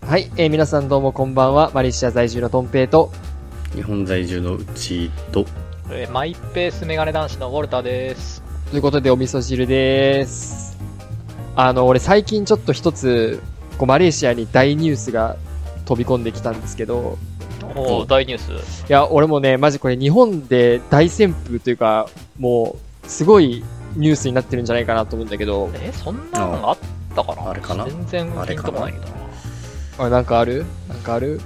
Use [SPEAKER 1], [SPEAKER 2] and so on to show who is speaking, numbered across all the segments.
[SPEAKER 1] はい、えー皆さんどうもこんばんは。マレーシア在住のトンペイと、
[SPEAKER 2] 日本在住のうちと、
[SPEAKER 3] えーマイペースメガネ男子のウォルターです。
[SPEAKER 1] ということでお味噌汁です。あの、俺最近ちょっと一つ、こうマレーシアに大ニュースが飛び込んできたんですけど、
[SPEAKER 3] お
[SPEAKER 2] う
[SPEAKER 3] お、大ニュース。
[SPEAKER 1] いや、俺もね、マジこれ日本で大旋風というか、もう、すごいニュースになってるんじゃないかなと思うんだけど、
[SPEAKER 3] え、そんなのあったかな
[SPEAKER 2] あれかな
[SPEAKER 3] 全然ピンともないけどな。
[SPEAKER 1] あなんかあるなんかある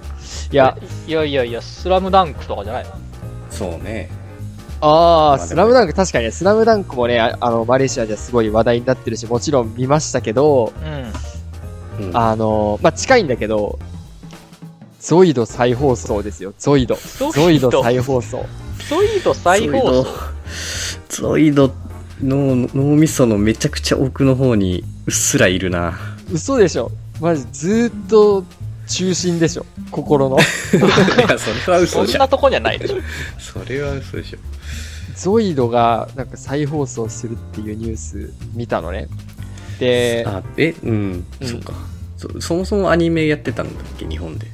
[SPEAKER 1] い
[SPEAKER 3] い
[SPEAKER 1] や、、
[SPEAKER 3] いやいやいや、スラムダンクとかじゃないの
[SPEAKER 2] そうね。
[SPEAKER 1] ああ、
[SPEAKER 2] まあでもね
[SPEAKER 1] スラムダンク、確かにね、スラムダンクもね、ああの、マレーシアじゃすごい話題になってるし、もちろん見ましたけど、
[SPEAKER 3] うん。
[SPEAKER 2] うん、
[SPEAKER 1] あの、まあ、近いんだけど、ゾイド再放送ですよ、ゾイド。ゾ
[SPEAKER 3] ゾ
[SPEAKER 1] イ
[SPEAKER 3] イ
[SPEAKER 1] ド
[SPEAKER 3] ド
[SPEAKER 1] 再放送。
[SPEAKER 3] ゾイド再放送。
[SPEAKER 2] ゾイドの脳みそのめちゃくちゃ奥の方にうっすらいるな。
[SPEAKER 1] 嘘でしょマジ、ずーっと中心でしょ心の。
[SPEAKER 2] いや、それは
[SPEAKER 3] そ
[SPEAKER 2] 嘘
[SPEAKER 3] ん
[SPEAKER 2] じゃ。
[SPEAKER 3] なんとこにはないでしょ。
[SPEAKER 2] それは嘘でしょ。
[SPEAKER 1] ゾイドが、なんか再放送するっていうニュース見たのね。で、
[SPEAKER 2] あ、え、うん、
[SPEAKER 1] うん
[SPEAKER 2] そっかそ。そもそもアニメやってたんだっけ、日本で。
[SPEAKER 1] い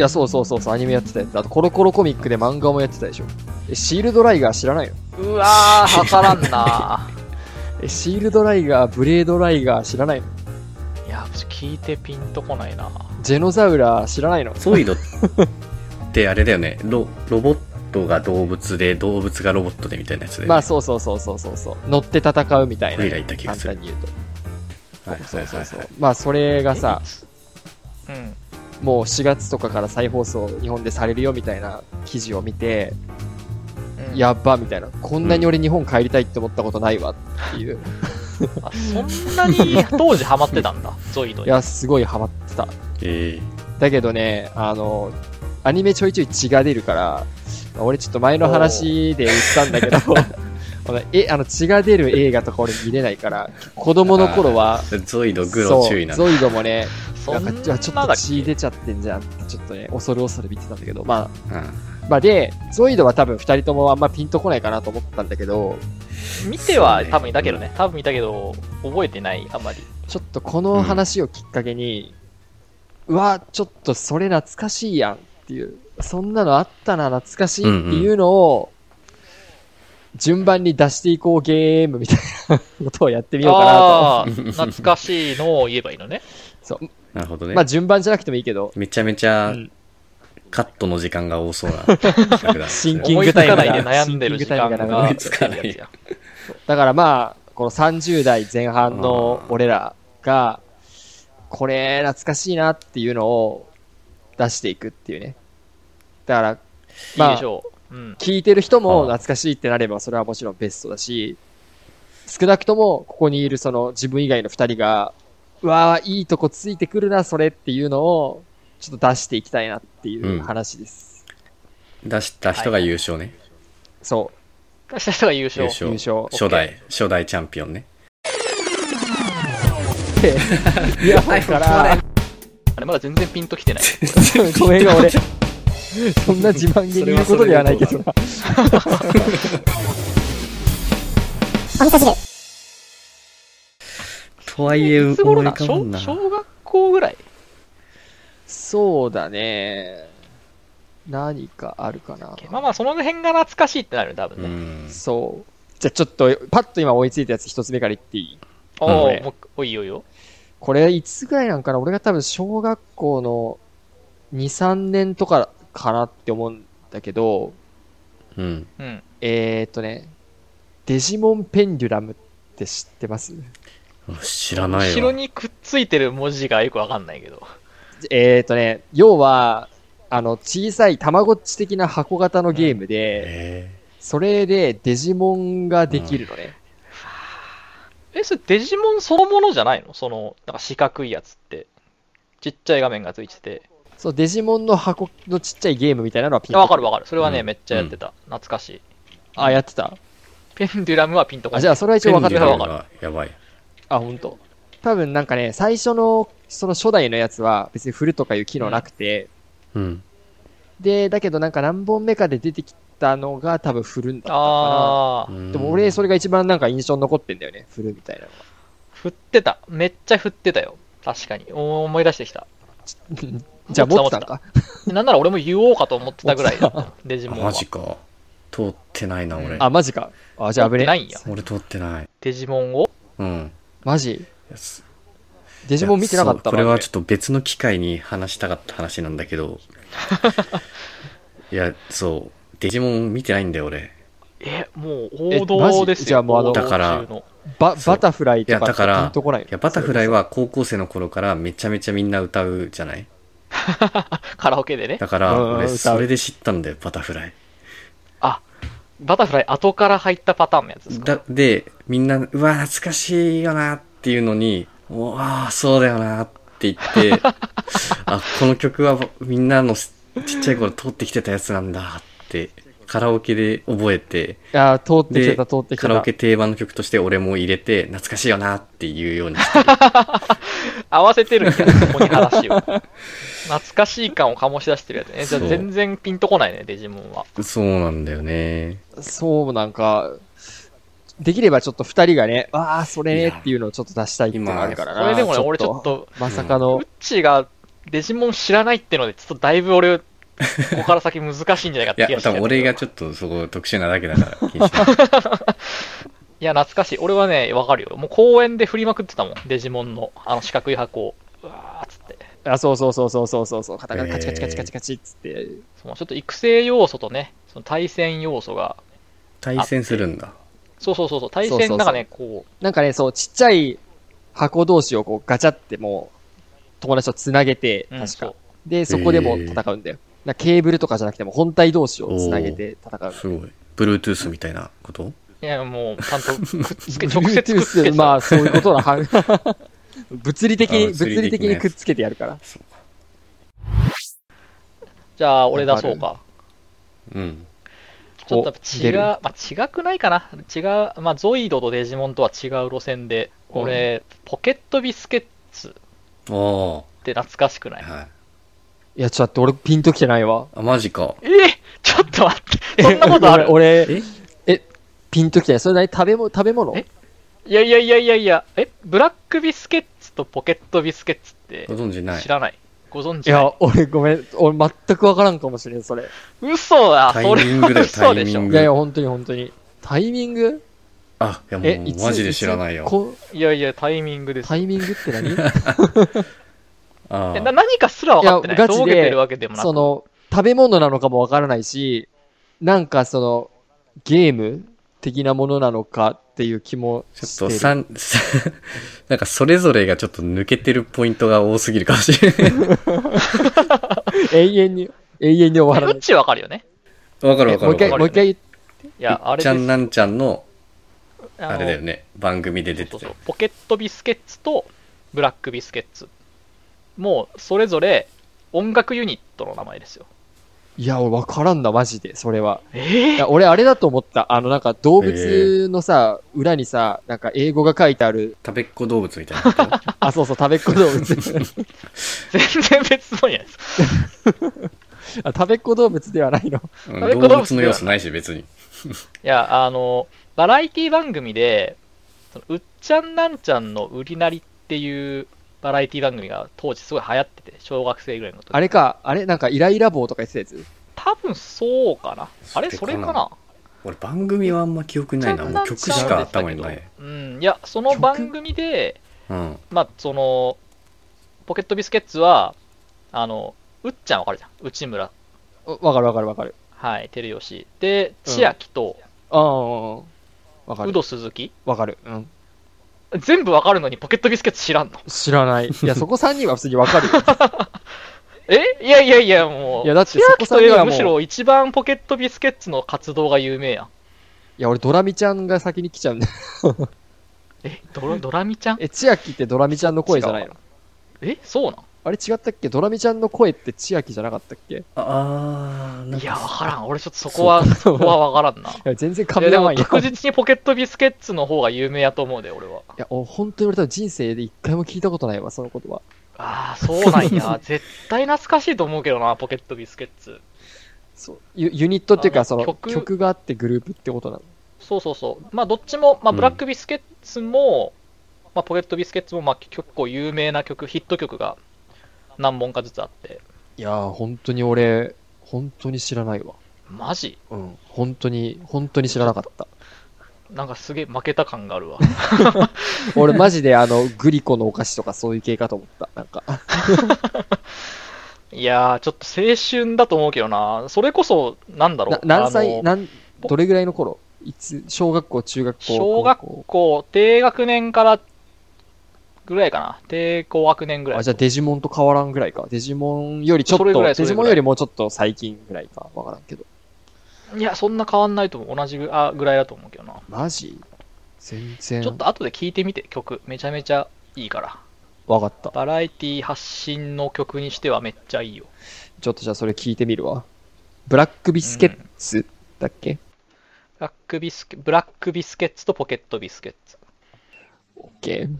[SPEAKER 1] や、そうそうそうそう、アニメやってたやつ。あと、コロコロコミックで漫画もやってたでしょ。え、シールドライガー知らないの
[SPEAKER 3] うわー、はからんな
[SPEAKER 1] え、シールドライガー、ブレードライガー知らないの
[SPEAKER 3] いや、聞いてピンとこないな
[SPEAKER 1] ジェノザウラー知らないの
[SPEAKER 2] ゾイドってあれだよね。ロロボットが動物で、動物がロボットでみたいなやつで、
[SPEAKER 1] まあ、そうそうそうそうそうそう。乗って戦うみたいな。
[SPEAKER 2] 俺らいた気が
[SPEAKER 1] 簡
[SPEAKER 2] す
[SPEAKER 1] 単
[SPEAKER 2] る。
[SPEAKER 1] に言うと。
[SPEAKER 2] はいはい
[SPEAKER 1] そ
[SPEAKER 2] は
[SPEAKER 1] う
[SPEAKER 2] い
[SPEAKER 1] そうそ
[SPEAKER 2] は
[SPEAKER 1] う
[SPEAKER 2] い。。
[SPEAKER 1] まあ、それがさ、
[SPEAKER 3] うん。
[SPEAKER 1] もう4月とかから再放送日本でされるよみたいな記事を見て、
[SPEAKER 3] うん
[SPEAKER 1] やっばみたいな。こんなに俺日本帰りたいって思ったことないわっていう。
[SPEAKER 3] あそんなに当時ハマってたんだ、ゾイド
[SPEAKER 1] い
[SPEAKER 3] に。
[SPEAKER 1] や、すごいハマってた。
[SPEAKER 2] え
[SPEAKER 1] だけどね、あの、アニメちょいちょい血が出るから、俺ちょっと前の話で言ったんだけど、 あのえ、あの血が出る映画とか俺見れないから、子供の頃は、
[SPEAKER 2] ーゾイドグロ
[SPEAKER 1] そ
[SPEAKER 2] 注意
[SPEAKER 1] う、
[SPEAKER 2] なんだ。
[SPEAKER 1] ゾイドもね、
[SPEAKER 3] そ
[SPEAKER 1] なんん
[SPEAKER 3] な
[SPEAKER 1] か
[SPEAKER 3] だっ
[SPEAKER 1] ちょっと血
[SPEAKER 3] け
[SPEAKER 1] 出ちゃってんじゃんって、ちょっとね、恐る恐る見てたんだけど、ま
[SPEAKER 2] うん
[SPEAKER 1] あ、まあで、ゾイドは多分二人ともあんまピンとこないかなと思ったんだけど、
[SPEAKER 3] 見ては
[SPEAKER 2] そうね
[SPEAKER 3] 多分いたけどね、多分いたけど、覚えてない、あんまり。
[SPEAKER 1] ちょっとこの話をきっかけに、うわ、ちょっとそれ懐かしいやんっていう、そんなのあったな、懐かしいっていうのを、順番に出していこうゲームみたいなことをやってみようかなと。
[SPEAKER 3] ああー、懐かしいのを言えばいいのね。
[SPEAKER 1] そう
[SPEAKER 2] なるほどね。
[SPEAKER 1] まあ順番じゃなくてもいいけど、
[SPEAKER 2] めちゃめちゃ
[SPEAKER 1] うん
[SPEAKER 2] カットの時間が多そうな企 画だ。
[SPEAKER 1] シン キン
[SPEAKER 3] 思い
[SPEAKER 1] グ
[SPEAKER 3] つ
[SPEAKER 1] タイ
[SPEAKER 3] か
[SPEAKER 1] ム
[SPEAKER 3] ないで
[SPEAKER 1] が、
[SPEAKER 3] 悩
[SPEAKER 1] シ
[SPEAKER 3] ん
[SPEAKER 1] ン
[SPEAKER 3] で
[SPEAKER 1] キン
[SPEAKER 3] る
[SPEAKER 1] グ
[SPEAKER 3] 時
[SPEAKER 1] タイ
[SPEAKER 3] 間
[SPEAKER 1] ムが
[SPEAKER 3] が
[SPEAKER 1] 長
[SPEAKER 2] 思
[SPEAKER 1] い
[SPEAKER 2] いつかない
[SPEAKER 3] や。
[SPEAKER 1] だからまあ、この30代前半の俺らが、これ懐かしいなっていうのを出していくっていうね。だから、
[SPEAKER 3] いい
[SPEAKER 1] ま
[SPEAKER 3] で
[SPEAKER 1] あ
[SPEAKER 3] し、ょう。うん。
[SPEAKER 1] 聞いてる人も
[SPEAKER 2] ああ
[SPEAKER 1] 懐かしいってなればそれはもちろんベストだし、少なくともここにいるその自分以外の二人が、うわーいいとこついてくるな、それっていうのを、ちょっと出していきたいなっていう話です。
[SPEAKER 2] 出した人が優勝ね。
[SPEAKER 1] そ
[SPEAKER 3] 出した人が優
[SPEAKER 2] 優
[SPEAKER 3] 勝。
[SPEAKER 2] 勝。
[SPEAKER 1] 優勝
[SPEAKER 2] 初代、初代チャンピオンね。
[SPEAKER 1] う。いや、だから、
[SPEAKER 3] あれ、まだ全然ピンと きてない。
[SPEAKER 1] ごめんが俺、 そんな自慢げに言うことではないけどな。
[SPEAKER 2] とはいえ、
[SPEAKER 3] いつ頃
[SPEAKER 2] 思い
[SPEAKER 3] な
[SPEAKER 2] 浮かばん
[SPEAKER 3] 小
[SPEAKER 2] な。
[SPEAKER 3] 小学校ぐらい。
[SPEAKER 1] そうだね。何かあるかな。
[SPEAKER 3] まあまあ、その辺が懐かしいってなるよ、多分
[SPEAKER 2] う
[SPEAKER 3] ね。
[SPEAKER 2] ん。
[SPEAKER 1] そう。じゃあちょっと、パッと今追いついたやつ一つ目から言っていい
[SPEAKER 3] お
[SPEAKER 2] うん
[SPEAKER 3] お
[SPEAKER 1] 俺
[SPEAKER 3] ー、もう、おいよいよ。
[SPEAKER 1] これいつぐらいなんかな俺が多分小学校の2、3年とかかなって思うんだけど、
[SPEAKER 2] うん。
[SPEAKER 3] うん。
[SPEAKER 1] えー、っとね、デジモンペンデュラムって知ってます
[SPEAKER 2] 知らない
[SPEAKER 3] 後ろ
[SPEAKER 2] わ。
[SPEAKER 3] にくっついてる文字がよくわかんないけど。
[SPEAKER 1] えー、っとね、要は、あの、小さいたまごっち的な箱型のゲームで、
[SPEAKER 2] え
[SPEAKER 1] それでデジモンができるのね。
[SPEAKER 3] え、それデジモンそのものじゃないのその、なんか四角いやつって。ちっちゃい画面がついてて。
[SPEAKER 1] そう、デジモンの箱のちっちゃいゲームみたいなのはピンと
[SPEAKER 3] あわかるわかる。それはね、
[SPEAKER 2] うん
[SPEAKER 3] めっちゃやってた。懐かしい。
[SPEAKER 1] あ、やってた
[SPEAKER 3] ペンデュラムはピンとこ
[SPEAKER 1] あ、
[SPEAKER 3] ない
[SPEAKER 1] じゃあそれは
[SPEAKER 2] ー。
[SPEAKER 1] 一応分かった
[SPEAKER 2] ペンデ
[SPEAKER 1] わ
[SPEAKER 2] ュラムがやばい。
[SPEAKER 1] あ、本当。多分なんかね、最初の、その初代のやつは別に振るとかいう機能なくて、
[SPEAKER 2] うん。
[SPEAKER 1] で、だけどなんか何本目かで出てきたのが多分振るんだったか
[SPEAKER 3] ああ、
[SPEAKER 1] な。でも俺そ
[SPEAKER 2] れ、
[SPEAKER 1] れが一番なんか印象に残ってんだよね、振るみたいなのが。
[SPEAKER 3] 振ってた。めっちゃ振ってたよ。確かに。お思い出してきた。
[SPEAKER 1] じゃあ持ってたんか。
[SPEAKER 3] なんなら俺も言おうかと思ってたぐらい
[SPEAKER 1] 持ってた、
[SPEAKER 3] デジモン
[SPEAKER 2] マ
[SPEAKER 3] は。
[SPEAKER 2] ジか。通ってないな、俺。
[SPEAKER 1] あ、マジか。あ、じゃあ危ねえ。
[SPEAKER 3] ないんや。
[SPEAKER 2] 俺通ってない。
[SPEAKER 3] デジモンを
[SPEAKER 2] うん。
[SPEAKER 1] マジ
[SPEAKER 2] やす
[SPEAKER 1] デジモン見てなかった
[SPEAKER 2] そうこ
[SPEAKER 1] わ
[SPEAKER 2] れはちょっと別の機会に話したかった話なんだ けど。いや、そう。デジモン見てないんだよ、俺。
[SPEAKER 3] え、もう
[SPEAKER 1] え
[SPEAKER 3] 王道
[SPEAKER 1] マ
[SPEAKER 3] ですよ。
[SPEAKER 1] ジじゃあもうあの
[SPEAKER 3] 王道中
[SPEAKER 2] だから
[SPEAKER 3] の
[SPEAKER 1] バ
[SPEAKER 2] そう
[SPEAKER 1] バタフライと
[SPEAKER 2] いや
[SPEAKER 1] か
[SPEAKER 2] だから
[SPEAKER 1] ピンとこない
[SPEAKER 2] いや、バタフライ
[SPEAKER 1] は。
[SPEAKER 2] は高校生の頃からめちゃめちゃみんな歌うじゃない
[SPEAKER 3] カラオケでね。
[SPEAKER 2] だか
[SPEAKER 1] う
[SPEAKER 2] ら、
[SPEAKER 1] んうん
[SPEAKER 2] 俺、
[SPEAKER 1] 歌う
[SPEAKER 2] それで知ったんだよ、バタフライ。
[SPEAKER 3] あ、バタフライ後から入ったパターンのやつですか
[SPEAKER 2] だ、で、みんな、うわ、懐かしいよなっていうのに、おああ、そうだよなって 言って、あ、この曲はみんなのすちっちゃい頃通ってきてたやつなんだって、カラオケで覚えて、
[SPEAKER 1] あ通ってきて
[SPEAKER 2] で、
[SPEAKER 1] た、通ってき
[SPEAKER 2] カ
[SPEAKER 1] て
[SPEAKER 2] ラオ
[SPEAKER 1] た
[SPEAKER 2] ケ。定番の曲として俺も入れて、懐かしいよなっていうようにしてる
[SPEAKER 3] 合わせてるんや、ここに話を。懐かしい感を醸し出してるやつね。じゃあ
[SPEAKER 2] そう
[SPEAKER 3] 全然ピンとこないね、デジモンは。
[SPEAKER 2] そうなんだよね。
[SPEAKER 1] そう、なんか、できればちょっと二人がね、わあ、それねっていうのをちょっと出したいっていうのがあるから
[SPEAKER 3] こ
[SPEAKER 1] な。
[SPEAKER 3] れでもね、俺ちょっ。と、
[SPEAKER 1] まさかの
[SPEAKER 3] うっ、ちがデジモン知らないってので、ちょっとだいぶ俺、ここから先難しいんじゃないかっ
[SPEAKER 2] い
[SPEAKER 3] て気
[SPEAKER 2] や、多
[SPEAKER 3] がしてきた
[SPEAKER 2] 分俺がちょっとそこ特殊なだけだから、気にしない
[SPEAKER 3] いや、懐かしい。俺はね、わかるよ。もう公園で振りまくってたもん。デジモンの、あの四角い箱を。うわーっつって。
[SPEAKER 1] あ、そうそうそうそうそうそうそう、カタカタカチカチカチカチカチっつって、
[SPEAKER 3] そのちょっと育成要素とね、その対戦要素が、
[SPEAKER 2] 対戦するんだ。
[SPEAKER 3] そうそうそうそう、対
[SPEAKER 1] そうそうそ
[SPEAKER 3] 戦
[SPEAKER 1] う
[SPEAKER 3] なんかね、こう、
[SPEAKER 1] なんかね、そう、ちっちゃい箱同士をこうガチャってもう、友達と繋げて、
[SPEAKER 3] うん
[SPEAKER 1] 確
[SPEAKER 3] そ
[SPEAKER 1] か
[SPEAKER 3] う。
[SPEAKER 1] で、そこでも戦うんだよ。なんかケーブルとかじゃなくても本体同士を繋げて戦う。
[SPEAKER 2] すごい。Bluetooth みたいなこと
[SPEAKER 3] いや、もう、ちゃんとくっ つけ、直接くっつ
[SPEAKER 1] Bluetooth
[SPEAKER 3] けて
[SPEAKER 1] ま
[SPEAKER 3] た。
[SPEAKER 1] あ、そういうことな。は物理的
[SPEAKER 2] あ
[SPEAKER 1] に、
[SPEAKER 2] 物理的なやつ
[SPEAKER 1] 物理的にくっつけてやるから。
[SPEAKER 3] じゃあ、俺出そうか。
[SPEAKER 2] うん。
[SPEAKER 3] ちょっとやっぱ
[SPEAKER 1] お出
[SPEAKER 3] 違う
[SPEAKER 1] る、
[SPEAKER 3] まあ違くないかな。違う、まあ、ゾイドとデジモンとは違う路線で、俺、ポケットビスケッツっ
[SPEAKER 2] お
[SPEAKER 3] て懐かしくな
[SPEAKER 2] ー。
[SPEAKER 3] い
[SPEAKER 2] はい。
[SPEAKER 1] いや、ちょっと待って俺ピンときてないわ。
[SPEAKER 2] あ、マジか。
[SPEAKER 3] えーちょっと待って、そんなことある
[SPEAKER 1] 俺、俺
[SPEAKER 2] え
[SPEAKER 1] ピンときてない。それ何食べ物、食べ物
[SPEAKER 3] えいやいやいやいやいや、え、ブラックビスケッツとポケットビスケッツって
[SPEAKER 2] ご存知ない
[SPEAKER 3] 知。らない。ご存
[SPEAKER 1] い
[SPEAKER 3] 知ない
[SPEAKER 1] や、俺ごめん。俺全くわからんかもしれん、それ。
[SPEAKER 3] 嘘だ、
[SPEAKER 2] タイミングだよ
[SPEAKER 3] それは嘘でし
[SPEAKER 2] タイミン
[SPEAKER 3] ょ
[SPEAKER 2] グ。
[SPEAKER 1] いやいや、本当に本当に。タイミング
[SPEAKER 2] あ、いやも
[SPEAKER 1] え、
[SPEAKER 2] う
[SPEAKER 1] いつ
[SPEAKER 2] マジで知らないよ。
[SPEAKER 1] こ
[SPEAKER 3] いやいや、タイミングです。
[SPEAKER 1] タイミングって 何
[SPEAKER 2] あ
[SPEAKER 3] え
[SPEAKER 2] ー
[SPEAKER 3] な何かすら分かってない
[SPEAKER 1] いや
[SPEAKER 3] い。
[SPEAKER 1] ガチで
[SPEAKER 3] どうけてるわけでもな
[SPEAKER 1] そ
[SPEAKER 3] く。
[SPEAKER 1] の、食べ物なのかもわからないし、なんかその、ゲーム的なものなのかっていう気も
[SPEAKER 2] ちょっ
[SPEAKER 1] して
[SPEAKER 2] と
[SPEAKER 1] る。
[SPEAKER 2] さん なんかそれぞれがちょっと抜けてるポイントが多すぎるかもしれない。
[SPEAKER 1] 永遠に、永遠に終わら
[SPEAKER 3] う
[SPEAKER 1] な
[SPEAKER 3] っ
[SPEAKER 1] い。
[SPEAKER 3] ち分かるよね。
[SPEAKER 2] わかる
[SPEAKER 1] え
[SPEAKER 2] わか
[SPEAKER 1] もう
[SPEAKER 2] るわ
[SPEAKER 1] 一回、
[SPEAKER 2] か
[SPEAKER 1] もう
[SPEAKER 2] る。
[SPEAKER 1] 一回言っ
[SPEAKER 3] いや、あ
[SPEAKER 2] いっ
[SPEAKER 3] れ
[SPEAKER 2] ちゃん
[SPEAKER 3] です。
[SPEAKER 2] なんちゃんの、
[SPEAKER 3] あの
[SPEAKER 2] あれだよね。番組で出て
[SPEAKER 3] そう
[SPEAKER 2] た
[SPEAKER 3] そう。ポケットビスケッツとブラックビスケッツ。もう、それぞれ音楽ユニットの名前ですよ。
[SPEAKER 1] いや、俺わからんだ、マジで、それは。
[SPEAKER 3] え
[SPEAKER 1] いや、俺あれだと思った。あの、なんか動物のさ、裏にさ、なんか英語が書いてある、
[SPEAKER 2] 食べっ子動物みたいなこと
[SPEAKER 1] あ、そうそう、食べっ子動 物。
[SPEAKER 3] 全然別のやつ。
[SPEAKER 1] あ食べっ子動物ではないの。
[SPEAKER 2] うん
[SPEAKER 3] 食べっ子動物
[SPEAKER 2] 動物の要素ないし、別に。
[SPEAKER 3] いや、あの、バラエティ番組で、そのうっちゃんなんちゃんの売りなりっていうバラエティ番組が当時すごい流行ってて、小学生ぐらいの時。
[SPEAKER 1] あれか、あれなんかイライラ棒とか言ってたやつ
[SPEAKER 3] 多分そうかな。あれ、そ
[SPEAKER 2] そ
[SPEAKER 3] れ
[SPEAKER 2] れかな
[SPEAKER 3] かな
[SPEAKER 2] 俺番組はあんま記憶ないな。もう曲しか頭にない。
[SPEAKER 3] うん、いや、その番組で、
[SPEAKER 2] うん。
[SPEAKER 3] まあ、その、ポケットビスケッツは、あの、うっちゃんわかるじゃん。内村、
[SPEAKER 1] おわかるわかるわかる。
[SPEAKER 3] はい、照吉。で、千秋と、
[SPEAKER 1] ああ、わか
[SPEAKER 3] 有
[SPEAKER 1] る。
[SPEAKER 3] 働鈴木。
[SPEAKER 1] わかる。うん。
[SPEAKER 3] 全部わかるのにポケットビスケッツ知らんの。
[SPEAKER 1] 知らない。 いや、そこ3人は普通にわかるよ。
[SPEAKER 3] えいやいやいや、もう。
[SPEAKER 1] いやだって
[SPEAKER 3] 千秋といえばむし
[SPEAKER 1] そこさんにはも
[SPEAKER 3] ろ一番ポケットビスケッツの活動が有名やん。
[SPEAKER 1] いや、俺ドラミちゃんが先に来ちゃうん だ。
[SPEAKER 3] え、ドラドラミちゃん
[SPEAKER 1] え、千秋ってドラミちゃんの声じゃないの
[SPEAKER 3] え、そうなん
[SPEAKER 1] あれ違ったっけドラミちゃんの声って千秋じゃなかったっけい
[SPEAKER 2] あー、なん
[SPEAKER 3] いや、わ
[SPEAKER 2] か、
[SPEAKER 3] からん。俺ちょっとそこは、そこはわからんな。
[SPEAKER 1] や、全然
[SPEAKER 3] いや
[SPEAKER 1] 噛み
[SPEAKER 3] で
[SPEAKER 1] 合わ
[SPEAKER 3] も
[SPEAKER 1] んよ。
[SPEAKER 3] 確実にポケットビスケッツの方が有名やと思うで、俺は。
[SPEAKER 1] いや、お本当に俺多分人生で一回も聞いたことないわ、その言葉。
[SPEAKER 3] ああ、そうなんや。絶対懐かしいと思うけどな、ポケットビスケッツ。
[SPEAKER 1] そう。ユユニットっていう
[SPEAKER 3] あの
[SPEAKER 1] か、その
[SPEAKER 3] 曲
[SPEAKER 1] 曲があってグループってことなの。
[SPEAKER 3] そうそうそう。まあ、どっちも、まあ、
[SPEAKER 2] うん
[SPEAKER 3] ブラックビスケッツも、まあ、ポケットビスケッツも、まあ、結構有名な曲、ヒット曲が何本かずつあって。
[SPEAKER 1] いやー、本当に俺、本当に知らないわ。
[SPEAKER 3] マジ
[SPEAKER 1] うん。本当に、本当に知らなかった。
[SPEAKER 3] なんかすげえ負けた感があるわ。
[SPEAKER 1] 俺マジであの、グリコのお菓子とかそういう系かと思った。なんか。
[SPEAKER 3] いやー、ちょっと青春だと思うけどな。それこそ、なんだろ
[SPEAKER 1] な
[SPEAKER 3] う。
[SPEAKER 1] 何歳、
[SPEAKER 3] あの
[SPEAKER 1] なん、どれぐらいの頃いつ、小学校、中学校、
[SPEAKER 3] 小学
[SPEAKER 1] 高校
[SPEAKER 3] 校、低学年からぐらいかな。低高学年ぐらい。
[SPEAKER 1] あ、じゃあデジモンと変わらんぐらいか。デジモンよりちょっ
[SPEAKER 3] そ
[SPEAKER 1] と、
[SPEAKER 3] れぐらいそ
[SPEAKER 1] デ
[SPEAKER 3] れぐら
[SPEAKER 1] ジ
[SPEAKER 3] い
[SPEAKER 1] モンよりもうちょっと最近ぐらいか。わからんけど。
[SPEAKER 3] いや、そんな変わんないと思う。同じぐあぐらいだと思うけどな。
[SPEAKER 1] マジ全然。
[SPEAKER 3] ちょっと後で聴いてみて、曲。めちゃめちゃいいから。
[SPEAKER 1] わかった。
[SPEAKER 3] バラエティ発信の曲にしてはめっちゃいいよ。
[SPEAKER 1] ちょっとじゃあそれ聞いてみるわ。ブラックビスケッツだっけ、
[SPEAKER 3] ブラックビスケ、ブラックビスケッツとポケットビスケッツ。
[SPEAKER 1] オッケー。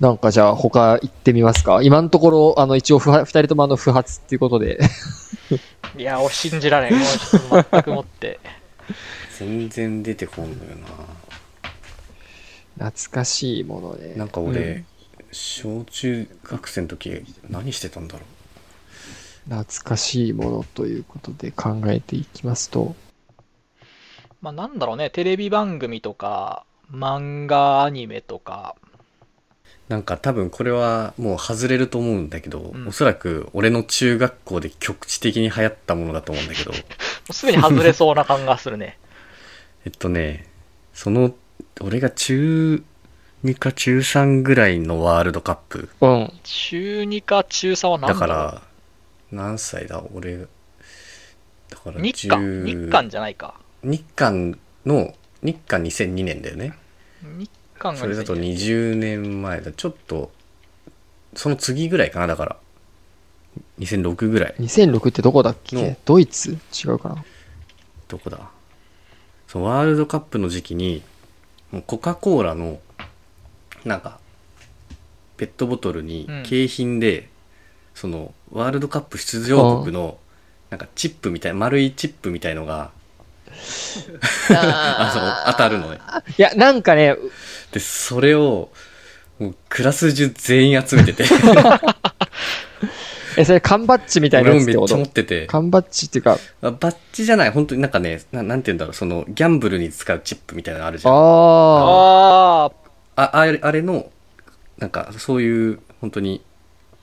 [SPEAKER 1] なんかじゃあ他行ってみますか。今のところ、あの一応不発、二人ともあの不発っていうことで。
[SPEAKER 3] いや、俺信じられん。もうちょっと全くもって。
[SPEAKER 2] 全然出てこんのよ
[SPEAKER 1] 懐かしいものね。
[SPEAKER 2] な。なんか
[SPEAKER 1] う
[SPEAKER 2] 俺
[SPEAKER 1] ん、
[SPEAKER 2] 小中学生の時、何してたんだろ
[SPEAKER 1] 懐かしいものということで考えていきますと、
[SPEAKER 3] まあなんだろうね、テレビ番組とか、漫画、アニメとか、
[SPEAKER 2] う。なんか多分これはもう外れると思うんだけど、
[SPEAKER 3] うん
[SPEAKER 2] おそらく俺の中学校で局地的に流行ったものだと思うんだけど、
[SPEAKER 3] もうすでに外れそうな感がするね。
[SPEAKER 2] えっとね、その、俺が中2か中3ぐらいのワールドカップ。
[SPEAKER 1] うん。
[SPEAKER 3] 中2か中3は何
[SPEAKER 2] だ
[SPEAKER 3] だ
[SPEAKER 2] か
[SPEAKER 3] ろう
[SPEAKER 2] ら、何歳だ俺、だから
[SPEAKER 3] 日韓
[SPEAKER 2] 10
[SPEAKER 3] 日韓じゃないか。
[SPEAKER 2] 日韓の、日韓2002年だよね。
[SPEAKER 3] 日韓が
[SPEAKER 2] それだと
[SPEAKER 3] 2000
[SPEAKER 2] 20年前だ。ちょっと、その次ぐらいかな、だから。2006ぐらい。
[SPEAKER 1] 2006ってどこだっけ、
[SPEAKER 2] の
[SPEAKER 1] ドイツ違うかな
[SPEAKER 2] どこだそのワールドカップの時期に、もうコカ・コーラの、なんか、ペットボトルに
[SPEAKER 3] うん
[SPEAKER 2] 景品で、その、ワールドカップ出場国の、なんかチップみたい、丸いチップみたいのが、あの、当たるのね。
[SPEAKER 1] いや、なんかね、
[SPEAKER 2] で、それを、もうクラス中全員集 めてて、
[SPEAKER 1] え、それ缶バッジみたいな
[SPEAKER 2] 俺
[SPEAKER 1] や
[SPEAKER 2] も
[SPEAKER 1] つってこ
[SPEAKER 2] めっちゃ持
[SPEAKER 1] と
[SPEAKER 2] ってて、
[SPEAKER 1] 缶バッジっていうか、
[SPEAKER 2] あバッチじゃない、本当になんかね、ななんて言うんだろう、その、ギャンブルに使うチップみたいなのあるじゃん。あ
[SPEAKER 1] ああ、
[SPEAKER 3] あー
[SPEAKER 2] ああれあれの、なんか、そういう、本当に、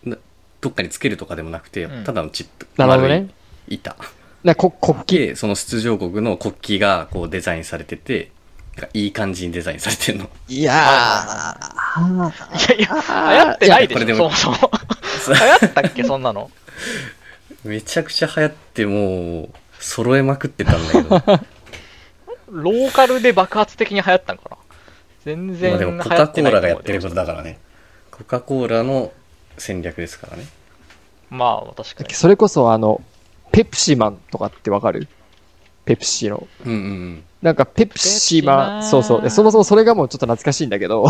[SPEAKER 2] などっかにつけるとかでもなくて、
[SPEAKER 3] うん
[SPEAKER 2] ただのチップ。
[SPEAKER 1] なるほどね。
[SPEAKER 2] 丸い板。
[SPEAKER 1] なこ国旗、
[SPEAKER 2] で、その出場国の国旗が、こう、デザインされてて、なんかいい感じにデザインされてるの。
[SPEAKER 1] いやー、
[SPEAKER 3] いやいや、流行ってないで
[SPEAKER 2] いやこれ
[SPEAKER 3] し
[SPEAKER 2] で
[SPEAKER 3] ょ、
[SPEAKER 2] も
[SPEAKER 3] そもそも。 流行ったっけ、そんなの。
[SPEAKER 2] めちゃくちゃ流行って、もう、揃えまくってたん だけど。
[SPEAKER 3] ローカルで爆発的に流行ったんかな。全
[SPEAKER 2] ま
[SPEAKER 3] 然
[SPEAKER 2] あ
[SPEAKER 3] 流
[SPEAKER 2] で
[SPEAKER 3] 行
[SPEAKER 2] も
[SPEAKER 3] っ
[SPEAKER 2] コ
[SPEAKER 3] てない
[SPEAKER 2] カ・コーラがやってることだ
[SPEAKER 3] ら。
[SPEAKER 2] からね。コカ・コーラの戦略ですからね。
[SPEAKER 3] まあ、確かに。
[SPEAKER 1] それこそあの、ペプシマンとかってわかるペプシの。
[SPEAKER 2] うんうんうん。
[SPEAKER 1] なんかペプシマン、
[SPEAKER 3] ペプシマン
[SPEAKER 1] そうそう。でそもそもそれがもうちょっと懐かしいんだけ ど、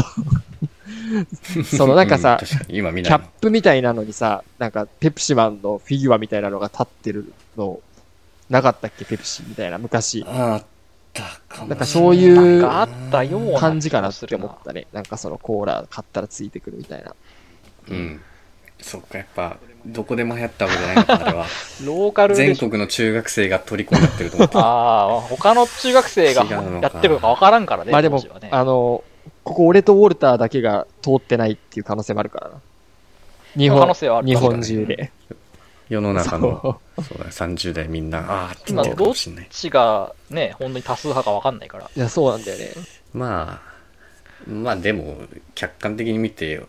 [SPEAKER 1] そのなんかさ
[SPEAKER 2] う、確かに今見
[SPEAKER 1] キ
[SPEAKER 2] ない
[SPEAKER 1] ャ
[SPEAKER 2] の
[SPEAKER 1] ップみたいなのにさ、なんかペプシマンのフィギュアみたいなのが立ってるの、なかったっけペプシみたいな昔。
[SPEAKER 2] あったかもしれい
[SPEAKER 1] なんかそういう
[SPEAKER 3] あったような
[SPEAKER 1] 感じかなって思ったね。なんかそのコーラ買ったらついてくるみたいな。
[SPEAKER 2] うん。そっか、やっぱ、どこでも流行ったわけじゃないのか、あれは。
[SPEAKER 3] ローカルで
[SPEAKER 2] 全
[SPEAKER 3] しょ
[SPEAKER 2] 国の中学生が取り込んでってると思って た。
[SPEAKER 3] ああ、他の中学生が
[SPEAKER 2] 違うの
[SPEAKER 3] や
[SPEAKER 2] か
[SPEAKER 3] ってるか分からんからね、
[SPEAKER 1] まあで
[SPEAKER 3] 当
[SPEAKER 1] も
[SPEAKER 3] 時は、ね
[SPEAKER 1] あの、ここ俺とウォルターだけが通ってないっていう可能性もあるからな。日
[SPEAKER 3] 可
[SPEAKER 1] 本
[SPEAKER 3] 能性はあ、る
[SPEAKER 1] 日本中で。
[SPEAKER 2] 世の中の、
[SPEAKER 1] そ
[SPEAKER 2] そうだね、30代みんな、ああーって言ってるかもしれない
[SPEAKER 3] どっ。ちがね、本当に多数派か分かんないから。
[SPEAKER 1] ういや、そうなんだよね。
[SPEAKER 2] まあ、まあでも、客観的に見て、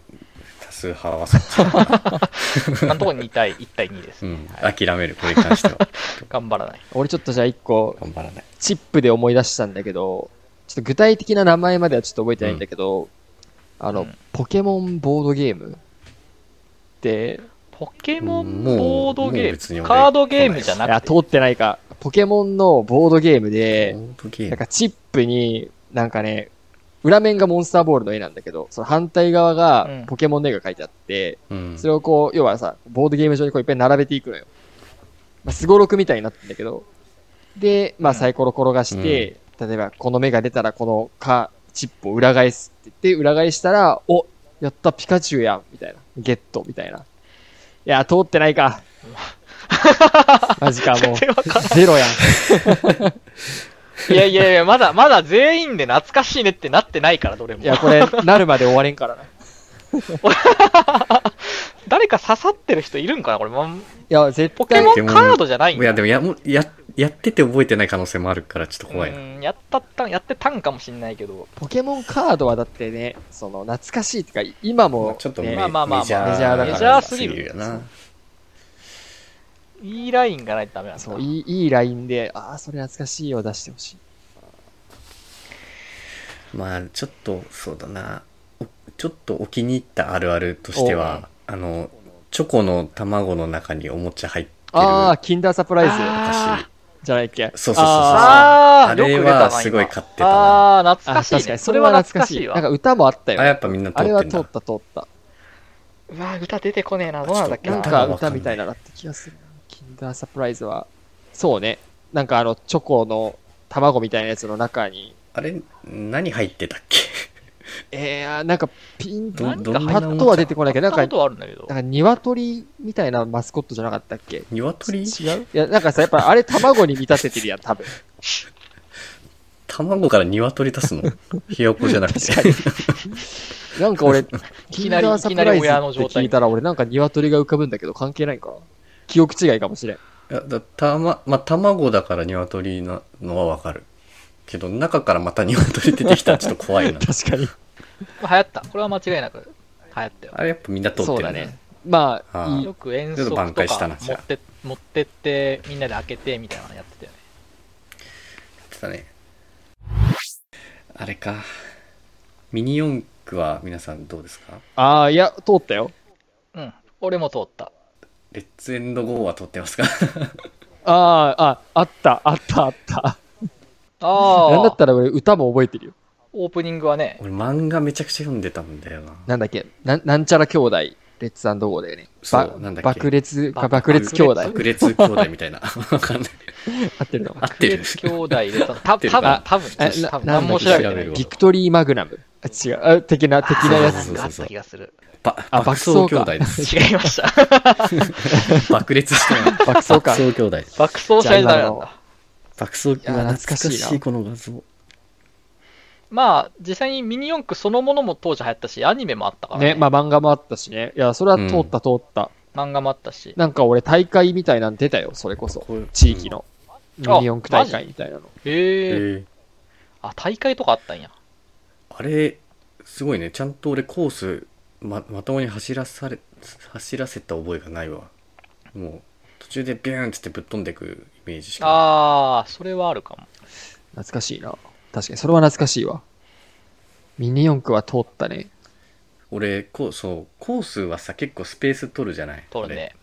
[SPEAKER 2] 多数派はそっちだな。
[SPEAKER 3] 今のところ2対1対2です
[SPEAKER 2] う
[SPEAKER 3] ね、
[SPEAKER 2] ん。
[SPEAKER 3] はい
[SPEAKER 2] 諦める、これに関しては。
[SPEAKER 3] 頑張らない。
[SPEAKER 1] 俺ちょっとじゃあ一個、
[SPEAKER 2] 頑張らない。
[SPEAKER 1] チップで思い出したんだけど、ちょっと具体的な名前まではちょっと覚えてないんだけど、あの、
[SPEAKER 3] うん
[SPEAKER 1] ポケモンボードゲームって、
[SPEAKER 3] ポケモン
[SPEAKER 2] もう
[SPEAKER 3] ボードゲ
[SPEAKER 2] もう別
[SPEAKER 3] ー
[SPEAKER 2] に
[SPEAKER 3] ム、
[SPEAKER 2] 俺
[SPEAKER 3] カードゲームじゃ
[SPEAKER 1] い
[SPEAKER 3] な
[SPEAKER 1] や、
[SPEAKER 3] くて
[SPEAKER 1] 通、ってないか、ポケモンのボードゲームで、
[SPEAKER 2] ボードゲー
[SPEAKER 1] なん
[SPEAKER 2] ム
[SPEAKER 1] かチップに、なんかね、裏面がモンスターボールの絵なんだけど、その反対側
[SPEAKER 3] うん
[SPEAKER 1] がポケモンの絵が書いてあって、
[SPEAKER 2] うん
[SPEAKER 1] それをこう、要はさ、ボードゲーム上にこういっぱい並べていくのよ。まあ、すごろくみたいになってんだけど、で、まあサイコロ転がして、例えばこの目が出たらこのか、チップを裏返すって言って、裏返したら、お、やった、ピカチュウやん、みたいな。ゲット、みたいな。いや、通ってない か。マジか、もう
[SPEAKER 3] 全。然わかんない
[SPEAKER 1] ゼロやん。
[SPEAKER 3] いやいやいや、まだ、まだ全員で懐かしいねってなってないから、どれも
[SPEAKER 1] い。や、これ、なるまで終われんからな。い
[SPEAKER 3] 誰か刺さってる人いるんかなこれ、まん
[SPEAKER 1] や、絶
[SPEAKER 3] ポケ
[SPEAKER 1] 対
[SPEAKER 3] モ、ンカードじゃないん
[SPEAKER 2] い
[SPEAKER 3] だ
[SPEAKER 2] や、でもや、もうや、やってて覚えてない可能性もあるから、ちょっと怖いな。
[SPEAKER 3] うんやったったん、やってたんかもしんないけど。
[SPEAKER 1] ポケモンカードはだってね、その、懐かしいっていうか、今
[SPEAKER 2] まあ
[SPEAKER 1] も、
[SPEAKER 2] ちょっと
[SPEAKER 1] ね
[SPEAKER 2] メ
[SPEAKER 3] まあまあまあ
[SPEAKER 2] メジャー
[SPEAKER 1] メジャーだから
[SPEAKER 2] メ
[SPEAKER 3] メジャーすぎる
[SPEAKER 2] よな。
[SPEAKER 3] いいラインがないとダメなんだ。
[SPEAKER 1] そう、いい、いいラインで、ああ、それ懐かしいを出してほしい。
[SPEAKER 2] まあ、ちょっと、そうだな。おちょっとお気に入ったあるあるとしては、あの、チョコの卵の中におもちゃ入ってる。
[SPEAKER 1] ああ、キンダーサプライズ
[SPEAKER 3] あ
[SPEAKER 1] じゃないっけ
[SPEAKER 2] そうそうそうそう
[SPEAKER 1] あ
[SPEAKER 3] あー
[SPEAKER 2] あれ
[SPEAKER 3] よく出た
[SPEAKER 2] は
[SPEAKER 3] な
[SPEAKER 2] すごい
[SPEAKER 3] 今
[SPEAKER 2] 買ってたな。あ
[SPEAKER 3] あー、
[SPEAKER 1] ー
[SPEAKER 3] 懐
[SPEAKER 1] あ
[SPEAKER 3] かしい、ね。
[SPEAKER 1] 確かに、それは懐かしい。なん
[SPEAKER 3] わ。
[SPEAKER 1] か歌もあったよ。
[SPEAKER 2] やっぱみんな通
[SPEAKER 1] あ
[SPEAKER 2] って
[SPEAKER 1] れ
[SPEAKER 2] んだ
[SPEAKER 1] は。通った通った。
[SPEAKER 3] うわー、歌出てこねえな。どうなんだっけ
[SPEAKER 2] ち
[SPEAKER 3] な
[SPEAKER 1] なん
[SPEAKER 2] ょっと
[SPEAKER 1] か歌みたいなのだった気がするな。キンダーサプライズは、そうね。なんかあの、チョコの卵みたいなやつの中に、
[SPEAKER 2] あれ、何入って たっけ
[SPEAKER 1] えー、なんかピンと、
[SPEAKER 2] ど、
[SPEAKER 3] 何
[SPEAKER 2] ど
[SPEAKER 3] か
[SPEAKER 2] ん
[SPEAKER 1] パ
[SPEAKER 2] なお
[SPEAKER 1] ッと
[SPEAKER 2] も
[SPEAKER 1] は
[SPEAKER 2] ちゃ
[SPEAKER 1] 出てこないけど、
[SPEAKER 3] な
[SPEAKER 1] なんんか、
[SPEAKER 3] かことはあるんだけど
[SPEAKER 1] なん。か鶏みたいなマスコットじゃなかったっけ
[SPEAKER 2] 鶏
[SPEAKER 1] 違ういや、なんかさ、やっぱあれ卵に見立ててるやん、多分。
[SPEAKER 2] 卵から鶏出 すのひよこじゃなくて。
[SPEAKER 1] 確かに。なんか俺、キ
[SPEAKER 3] き
[SPEAKER 1] ン
[SPEAKER 3] なり
[SPEAKER 1] ダーサプライ
[SPEAKER 3] いきなり
[SPEAKER 1] ズ
[SPEAKER 3] 親の状
[SPEAKER 1] っ
[SPEAKER 3] 態
[SPEAKER 1] て聞いたら、俺なんか鶏が浮かぶんだけど関係ないかな。記憶違いかもしれん。。
[SPEAKER 2] いやだたま、まあ、卵だから鶏なのはわかる。けど、中からまた鶏出てきたらちょっと怖い な
[SPEAKER 1] 確かに。
[SPEAKER 3] まあ流行った。これは間違いなく流行ったよ。
[SPEAKER 2] あれやっぱみんな通って
[SPEAKER 1] そう
[SPEAKER 2] る
[SPEAKER 1] だ
[SPEAKER 2] な
[SPEAKER 1] ね。。まあ、
[SPEAKER 2] あー
[SPEAKER 1] いい
[SPEAKER 3] よく遠
[SPEAKER 2] ちょっと
[SPEAKER 3] 足と
[SPEAKER 2] 挽回した
[SPEAKER 3] か
[SPEAKER 2] なじ
[SPEAKER 3] 持
[SPEAKER 2] ゃあ
[SPEAKER 3] って持ってってみんなで開けてみたいなのやってたよね。
[SPEAKER 2] やってたね。あれか。ミニ四駆は皆さんどうですか
[SPEAKER 1] ああ、いや、通ったよ。
[SPEAKER 3] うん。俺も通った。
[SPEAKER 2] レッツエンドゴーは通ってますか
[SPEAKER 1] ああ、あ、あった、あった、あった。
[SPEAKER 3] ああ。
[SPEAKER 1] なんだったら俺歌も覚えてるよ。
[SPEAKER 3] オープニングはね、
[SPEAKER 2] 俺漫画めちゃくちゃ読んでたんだよな。
[SPEAKER 1] なんだっけ、なんなんちゃら兄弟、レッツゴーだよね。ば
[SPEAKER 2] そうなんだっけ
[SPEAKER 1] 爆裂か、
[SPEAKER 3] 爆
[SPEAKER 1] 爆裂兄弟。
[SPEAKER 2] 爆裂兄弟みたいな。わ かんない。
[SPEAKER 1] 合ってるのか
[SPEAKER 2] 合ってる。
[SPEAKER 3] 兄弟で、 たぶん、たぶん、
[SPEAKER 2] あ
[SPEAKER 3] たぶん、
[SPEAKER 1] え
[SPEAKER 3] 多分
[SPEAKER 1] な
[SPEAKER 3] 何も調べてな
[SPEAKER 2] なんだっ
[SPEAKER 3] い
[SPEAKER 2] け。
[SPEAKER 1] ビクトリーマグナム。あ違う、あ的な、的なや
[SPEAKER 2] そ
[SPEAKER 1] つ。
[SPEAKER 2] うそう
[SPEAKER 3] あった気がする。
[SPEAKER 2] ば
[SPEAKER 1] あ
[SPEAKER 2] 爆走兄弟
[SPEAKER 1] 爆
[SPEAKER 2] です。
[SPEAKER 3] 違いまし た。
[SPEAKER 2] 爆裂してない。
[SPEAKER 1] 爆走か
[SPEAKER 2] 爆。走兄弟。
[SPEAKER 3] 爆走者じゃダメ
[SPEAKER 1] じゃ
[SPEAKER 3] なん
[SPEAKER 1] あ今
[SPEAKER 3] だ。
[SPEAKER 2] 爆走
[SPEAKER 1] や
[SPEAKER 2] うわ
[SPEAKER 1] 懐かしいな
[SPEAKER 2] この画像。
[SPEAKER 3] まあ、実際にミニ四駆そのものも当時流行ったし、アニメもあったから、ね
[SPEAKER 1] ね、まあ漫画もあったしね。いや、それは通った通った。
[SPEAKER 3] 漫画もあったし。
[SPEAKER 1] なんか俺大会みたいなの出たよ、それこそ。
[SPEAKER 2] こう
[SPEAKER 1] 地域の。ミ
[SPEAKER 3] あ
[SPEAKER 1] ニ四駆大会みたいなの。
[SPEAKER 3] へえー
[SPEAKER 2] えー
[SPEAKER 3] あ、大会とかあったんや。
[SPEAKER 2] あれ、すごいね。ちゃんと俺コースま、まともに走らされ、走らせた覚えがないわ。もう、途中でビューンっつってぶっ飛んでくイメージしかない。
[SPEAKER 3] ああ、それはあるかも。
[SPEAKER 1] 懐かしいな。確かに、それは懐かしいわ。ミニ四駆は通ったね。
[SPEAKER 2] 俺こうそうコースはさ結構スペース取るじゃない
[SPEAKER 3] 取る
[SPEAKER 2] あれ
[SPEAKER 3] ね。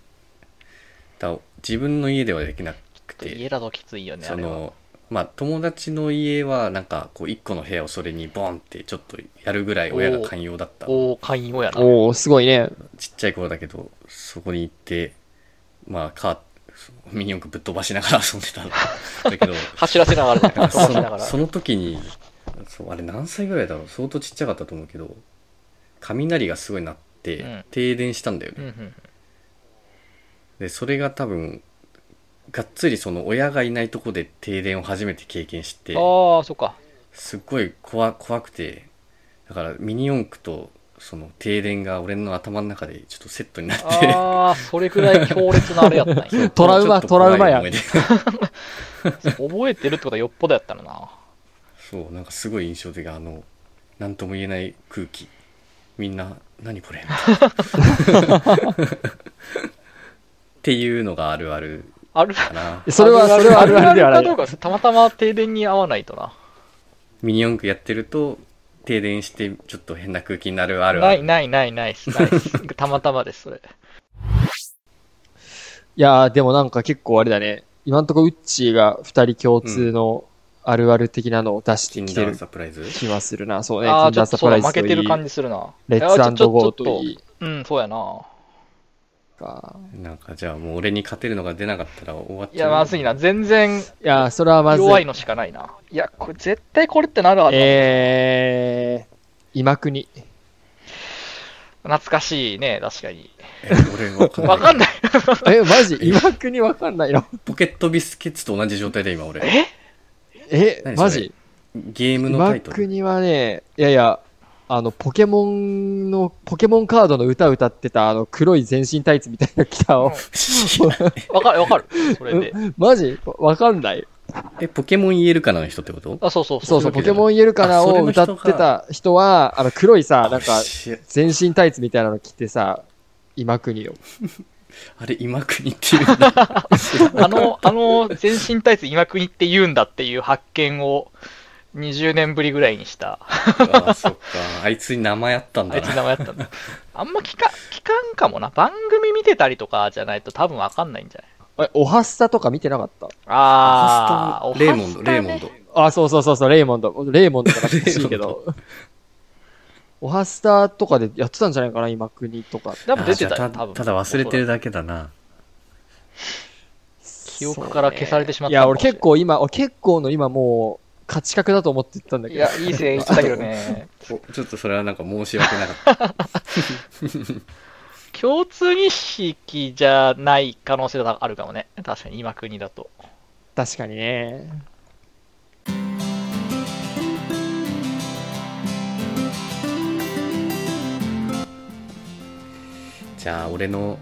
[SPEAKER 2] だから自分の家ではできなく
[SPEAKER 3] 家
[SPEAKER 2] て
[SPEAKER 3] だときついよね、あ
[SPEAKER 2] そ
[SPEAKER 3] れは。
[SPEAKER 2] のまあ友達の家はなんかこう1個の部屋をそれにボンってちょっとやるぐらい親が寛容だった
[SPEAKER 3] おお会員をやな。
[SPEAKER 1] おおすごいね。
[SPEAKER 2] ちっちゃい頃だけどそこに行ってまあカーミニ四駆ぶっ飛ばしながら 遊んでたんだだけど
[SPEAKER 3] 走らせながらだよ、飛ば
[SPEAKER 2] そ
[SPEAKER 3] しなが
[SPEAKER 2] の
[SPEAKER 3] ら。
[SPEAKER 2] その時にそうあれ何歳ぐらいだろう相当ちっちゃかったと思うけど雷がすごい鳴って、
[SPEAKER 3] うん
[SPEAKER 2] 停電したんだよね
[SPEAKER 3] うんうん。
[SPEAKER 2] でそれが多分がっつりその親がいないとこで停電を初めて経験して
[SPEAKER 3] ああ、そっか。
[SPEAKER 2] すっごい怖怖くてだからミニ四駆とその停電が俺の頭の中でちょっとセットになって
[SPEAKER 3] ああ、それくらい強烈なあれやったんや。
[SPEAKER 1] トラウマ
[SPEAKER 2] ちょっと怖
[SPEAKER 1] トラ
[SPEAKER 2] い
[SPEAKER 1] ウマや
[SPEAKER 2] 思い出
[SPEAKER 3] 覚えてるってことはよっぽどやったらな。
[SPEAKER 2] そうなんかすごい印象的あの何とも言えない空気みんな何これみたいなっていうのがあるある
[SPEAKER 3] ある
[SPEAKER 2] かな
[SPEAKER 1] それは、それはあるあるではな
[SPEAKER 3] かどう
[SPEAKER 1] い。
[SPEAKER 3] かはたまたま停電に合わないとな。
[SPEAKER 2] ミニ四駆やってると停電してちょっと変な空気になるあるある
[SPEAKER 3] ないないないないっすないっすたまたまです、それ。
[SPEAKER 1] いやー、でもなんか結構あれだね。今んとこウッチーが二人共通のあるある的なのを出し
[SPEAKER 2] キ
[SPEAKER 1] て
[SPEAKER 2] ン
[SPEAKER 1] きて
[SPEAKER 2] ダー
[SPEAKER 1] る
[SPEAKER 2] サプライズ
[SPEAKER 1] 気はするな。そうね。
[SPEAKER 3] あ
[SPEAKER 1] キ
[SPEAKER 3] あ、
[SPEAKER 1] ンダー
[SPEAKER 3] ちょっ
[SPEAKER 1] サ
[SPEAKER 3] とそ
[SPEAKER 1] プ
[SPEAKER 3] う
[SPEAKER 1] ラ
[SPEAKER 3] だ、
[SPEAKER 1] イズ
[SPEAKER 3] 負
[SPEAKER 1] と
[SPEAKER 3] けて
[SPEAKER 1] い
[SPEAKER 3] る
[SPEAKER 1] い、
[SPEAKER 3] 感じするな。
[SPEAKER 1] レッツ
[SPEAKER 3] あちょ
[SPEAKER 1] ゴー
[SPEAKER 3] ちょちょ
[SPEAKER 1] といい
[SPEAKER 3] うん、そうやな。
[SPEAKER 1] か。
[SPEAKER 2] なんかじゃあもう俺に勝てるのが出なかったら終わっちゃう
[SPEAKER 3] いや、まずいな。全然
[SPEAKER 1] いやー、それはまず
[SPEAKER 3] 弱いのしかないな。いや、これ絶対これってなるはず。
[SPEAKER 1] えー、今国。
[SPEAKER 3] 懐かしいね、確かに。
[SPEAKER 2] え、俺わかんない。
[SPEAKER 3] わかんな い。
[SPEAKER 1] え、マジ今国わかんないの
[SPEAKER 2] ポケットビスケッツと同じ状態で今俺。
[SPEAKER 3] え
[SPEAKER 1] え
[SPEAKER 2] 何、それ
[SPEAKER 1] マジ
[SPEAKER 2] ゲームのタ
[SPEAKER 1] 今
[SPEAKER 2] イトル。
[SPEAKER 1] 国はね、いやいや、あの、ポケモンの、ポケモンカードの歌歌ってた、あの、黒い全身タイツみたいなの着たを、
[SPEAKER 3] わかる、わかる。それで。
[SPEAKER 1] マジわわかんない。
[SPEAKER 2] え、ポケモン言えるかなの人ってこと
[SPEAKER 3] あ、そうそう
[SPEAKER 1] そうそう、
[SPEAKER 2] そう
[SPEAKER 1] ポ
[SPEAKER 2] いうわけじゃない
[SPEAKER 1] ケモン言えるかな
[SPEAKER 2] あそれ
[SPEAKER 1] を
[SPEAKER 2] の
[SPEAKER 1] 歌
[SPEAKER 2] 人
[SPEAKER 1] ってた人は、あの、黒いさ、なんか、
[SPEAKER 2] 知ら
[SPEAKER 1] 全身タイツみたいなの着てさ、今国を。
[SPEAKER 2] あれ、今国っていうんだ。
[SPEAKER 3] あの、あの、全身タイツ今国って言うんだっていう発見を20年ぶりぐらいにした。
[SPEAKER 2] あ、 そっか。あいつに名前あったん
[SPEAKER 3] あ
[SPEAKER 2] だ
[SPEAKER 3] いつ名
[SPEAKER 2] な。
[SPEAKER 3] 前やっ たんだ。あんま聞か、聞かんかもな。番組見てたりとかじゃないと多分わかんないんじゃない
[SPEAKER 1] え、おはスタとか見てなかった
[SPEAKER 3] あー、
[SPEAKER 2] レーモンド、
[SPEAKER 3] お
[SPEAKER 2] レ
[SPEAKER 3] はスタ
[SPEAKER 2] ー
[SPEAKER 3] ね
[SPEAKER 2] モンド。
[SPEAKER 1] あ、そうそうそうそう、レイモンド。レイモンドとか懐かしいけ
[SPEAKER 2] レイモ
[SPEAKER 1] ど。オハスターとかでやってたんじゃないかな、今国とか。
[SPEAKER 3] 多分出て
[SPEAKER 2] あじ
[SPEAKER 3] た
[SPEAKER 2] ゃ
[SPEAKER 3] よ、
[SPEAKER 2] あ
[SPEAKER 3] 多分。
[SPEAKER 2] ただ忘れてるだけだな。
[SPEAKER 1] 記
[SPEAKER 3] 記憶から消されてしまった
[SPEAKER 1] いや、
[SPEAKER 3] のかも
[SPEAKER 1] 俺
[SPEAKER 3] しれない
[SPEAKER 1] 結構今、俺結構の今もう、価値格だと思って言ったんだ
[SPEAKER 3] い
[SPEAKER 1] けど。
[SPEAKER 3] や、いい線いってたけどね。
[SPEAKER 2] おちょっとそれはなんか申し訳なかった。
[SPEAKER 3] 共通認識じゃない可能性があるかもね。確かに、今国だと。
[SPEAKER 1] 確かにね。
[SPEAKER 2] じゃあ、俺の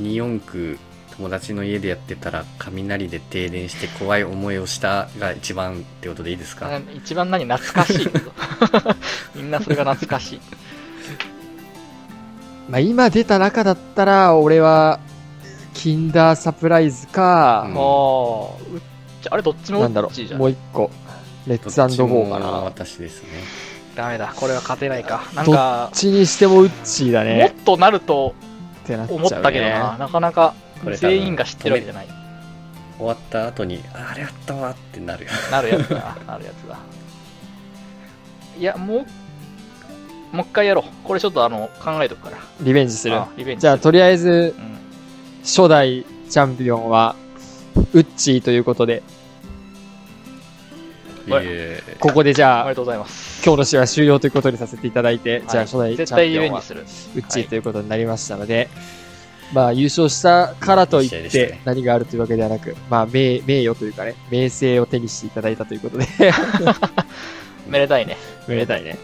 [SPEAKER 2] 24区、友達の家でやってたら雷で停電して怖い思いをしたが一番ってことでいいですか
[SPEAKER 3] 一番何、懐かしい こと。みんなそれが懐かしい。
[SPEAKER 1] まあ今出た中だったら、俺は、キンダーサプライズか、
[SPEAKER 2] うん
[SPEAKER 3] もう、うっちゃあれどっちも
[SPEAKER 1] なんだ
[SPEAKER 3] う
[SPEAKER 1] ろ
[SPEAKER 3] っちじ
[SPEAKER 1] う、
[SPEAKER 3] ゃ
[SPEAKER 1] も
[SPEAKER 3] ん。
[SPEAKER 1] う一個。レッ
[SPEAKER 2] どっ
[SPEAKER 1] ツ
[SPEAKER 2] ち
[SPEAKER 1] ゴー
[SPEAKER 2] も
[SPEAKER 1] かな。
[SPEAKER 2] 私ですね。
[SPEAKER 3] ダメだ、これは勝てないか。なん
[SPEAKER 1] ど
[SPEAKER 3] か
[SPEAKER 1] っ、ちにしてもウッチーだ
[SPEAKER 3] もっ
[SPEAKER 1] ね。
[SPEAKER 3] となると
[SPEAKER 1] ってなっちゃう、ね。
[SPEAKER 3] 思ったけどな、なかなか
[SPEAKER 2] これ多分
[SPEAKER 3] 全員が知ってるわけじゃない。
[SPEAKER 2] 終わった後に、ああれあったわってなるよ。
[SPEAKER 3] なるやつだ、なるやつだ。いや、もう、もう一回やろう。これちょっとあの、考えとくから。
[SPEAKER 1] リベンジする。
[SPEAKER 3] あリベンジ
[SPEAKER 1] じゃあ、とりあえず、
[SPEAKER 3] うん
[SPEAKER 1] 初代チャンピオンは、ウッチーということで、
[SPEAKER 2] い
[SPEAKER 3] おい
[SPEAKER 2] え
[SPEAKER 1] ここでじ
[SPEAKER 3] おめ
[SPEAKER 1] ゃあ
[SPEAKER 3] で、とうございます。
[SPEAKER 1] 今日の試合は終了ということにさせていただいて、じゃあ初代チ
[SPEAKER 3] 絶
[SPEAKER 1] ャ
[SPEAKER 3] 対
[SPEAKER 1] ン
[SPEAKER 3] リ
[SPEAKER 1] ピ
[SPEAKER 3] ベ
[SPEAKER 1] オン
[SPEAKER 3] ン
[SPEAKER 1] は
[SPEAKER 3] ジする。
[SPEAKER 1] ウッチ
[SPEAKER 3] は
[SPEAKER 1] ー
[SPEAKER 3] い
[SPEAKER 1] ということになりましたので、まあ優勝したからといっ
[SPEAKER 2] いい試合でした
[SPEAKER 1] て
[SPEAKER 2] ね
[SPEAKER 1] 何があるというわけではなく、まあ名名誉というかね、名声を手にしていただいたということで、
[SPEAKER 3] めでたいね。
[SPEAKER 1] めでたいね。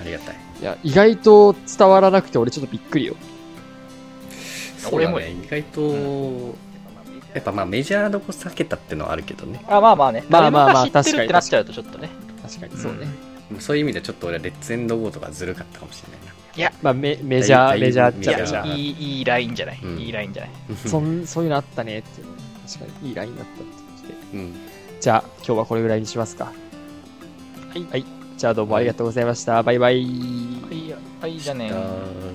[SPEAKER 2] ありがたい。
[SPEAKER 1] いや、意外と伝わらなくて俺ちょっとびっくりよ。
[SPEAKER 2] そう
[SPEAKER 3] 俺
[SPEAKER 2] だ
[SPEAKER 3] も
[SPEAKER 2] ね、意外と、やっぱまあメジャーどこ避けたってのはあるけどね。
[SPEAKER 3] あ、まあまあね。
[SPEAKER 1] まあまあまあ
[SPEAKER 3] 誰もが知ってるってなっちゃうとちょっとね。
[SPEAKER 1] 確かにそうね。
[SPEAKER 3] うん
[SPEAKER 2] そういう意味ではちょっと俺はレッツエンドゴーとかずるかったかもしれないな。
[SPEAKER 1] まあメメジャー、
[SPEAKER 2] いや
[SPEAKER 1] メジャーっ
[SPEAKER 3] い
[SPEAKER 1] ちゃ
[SPEAKER 2] い
[SPEAKER 1] メジャ
[SPEAKER 3] や、
[SPEAKER 1] ー。
[SPEAKER 3] いい、いいラインじゃない。
[SPEAKER 2] うん
[SPEAKER 3] いいラインじゃない。
[SPEAKER 1] そんそういうのあったねっていうね確かにいいラインだったってことで。
[SPEAKER 2] うん。
[SPEAKER 1] じゃあ今日はこれぐらいにしますか。
[SPEAKER 3] い
[SPEAKER 1] はい。じゃあどうもありがとうございました。バイバイ。
[SPEAKER 3] はい、はい、じゃあね
[SPEAKER 2] あー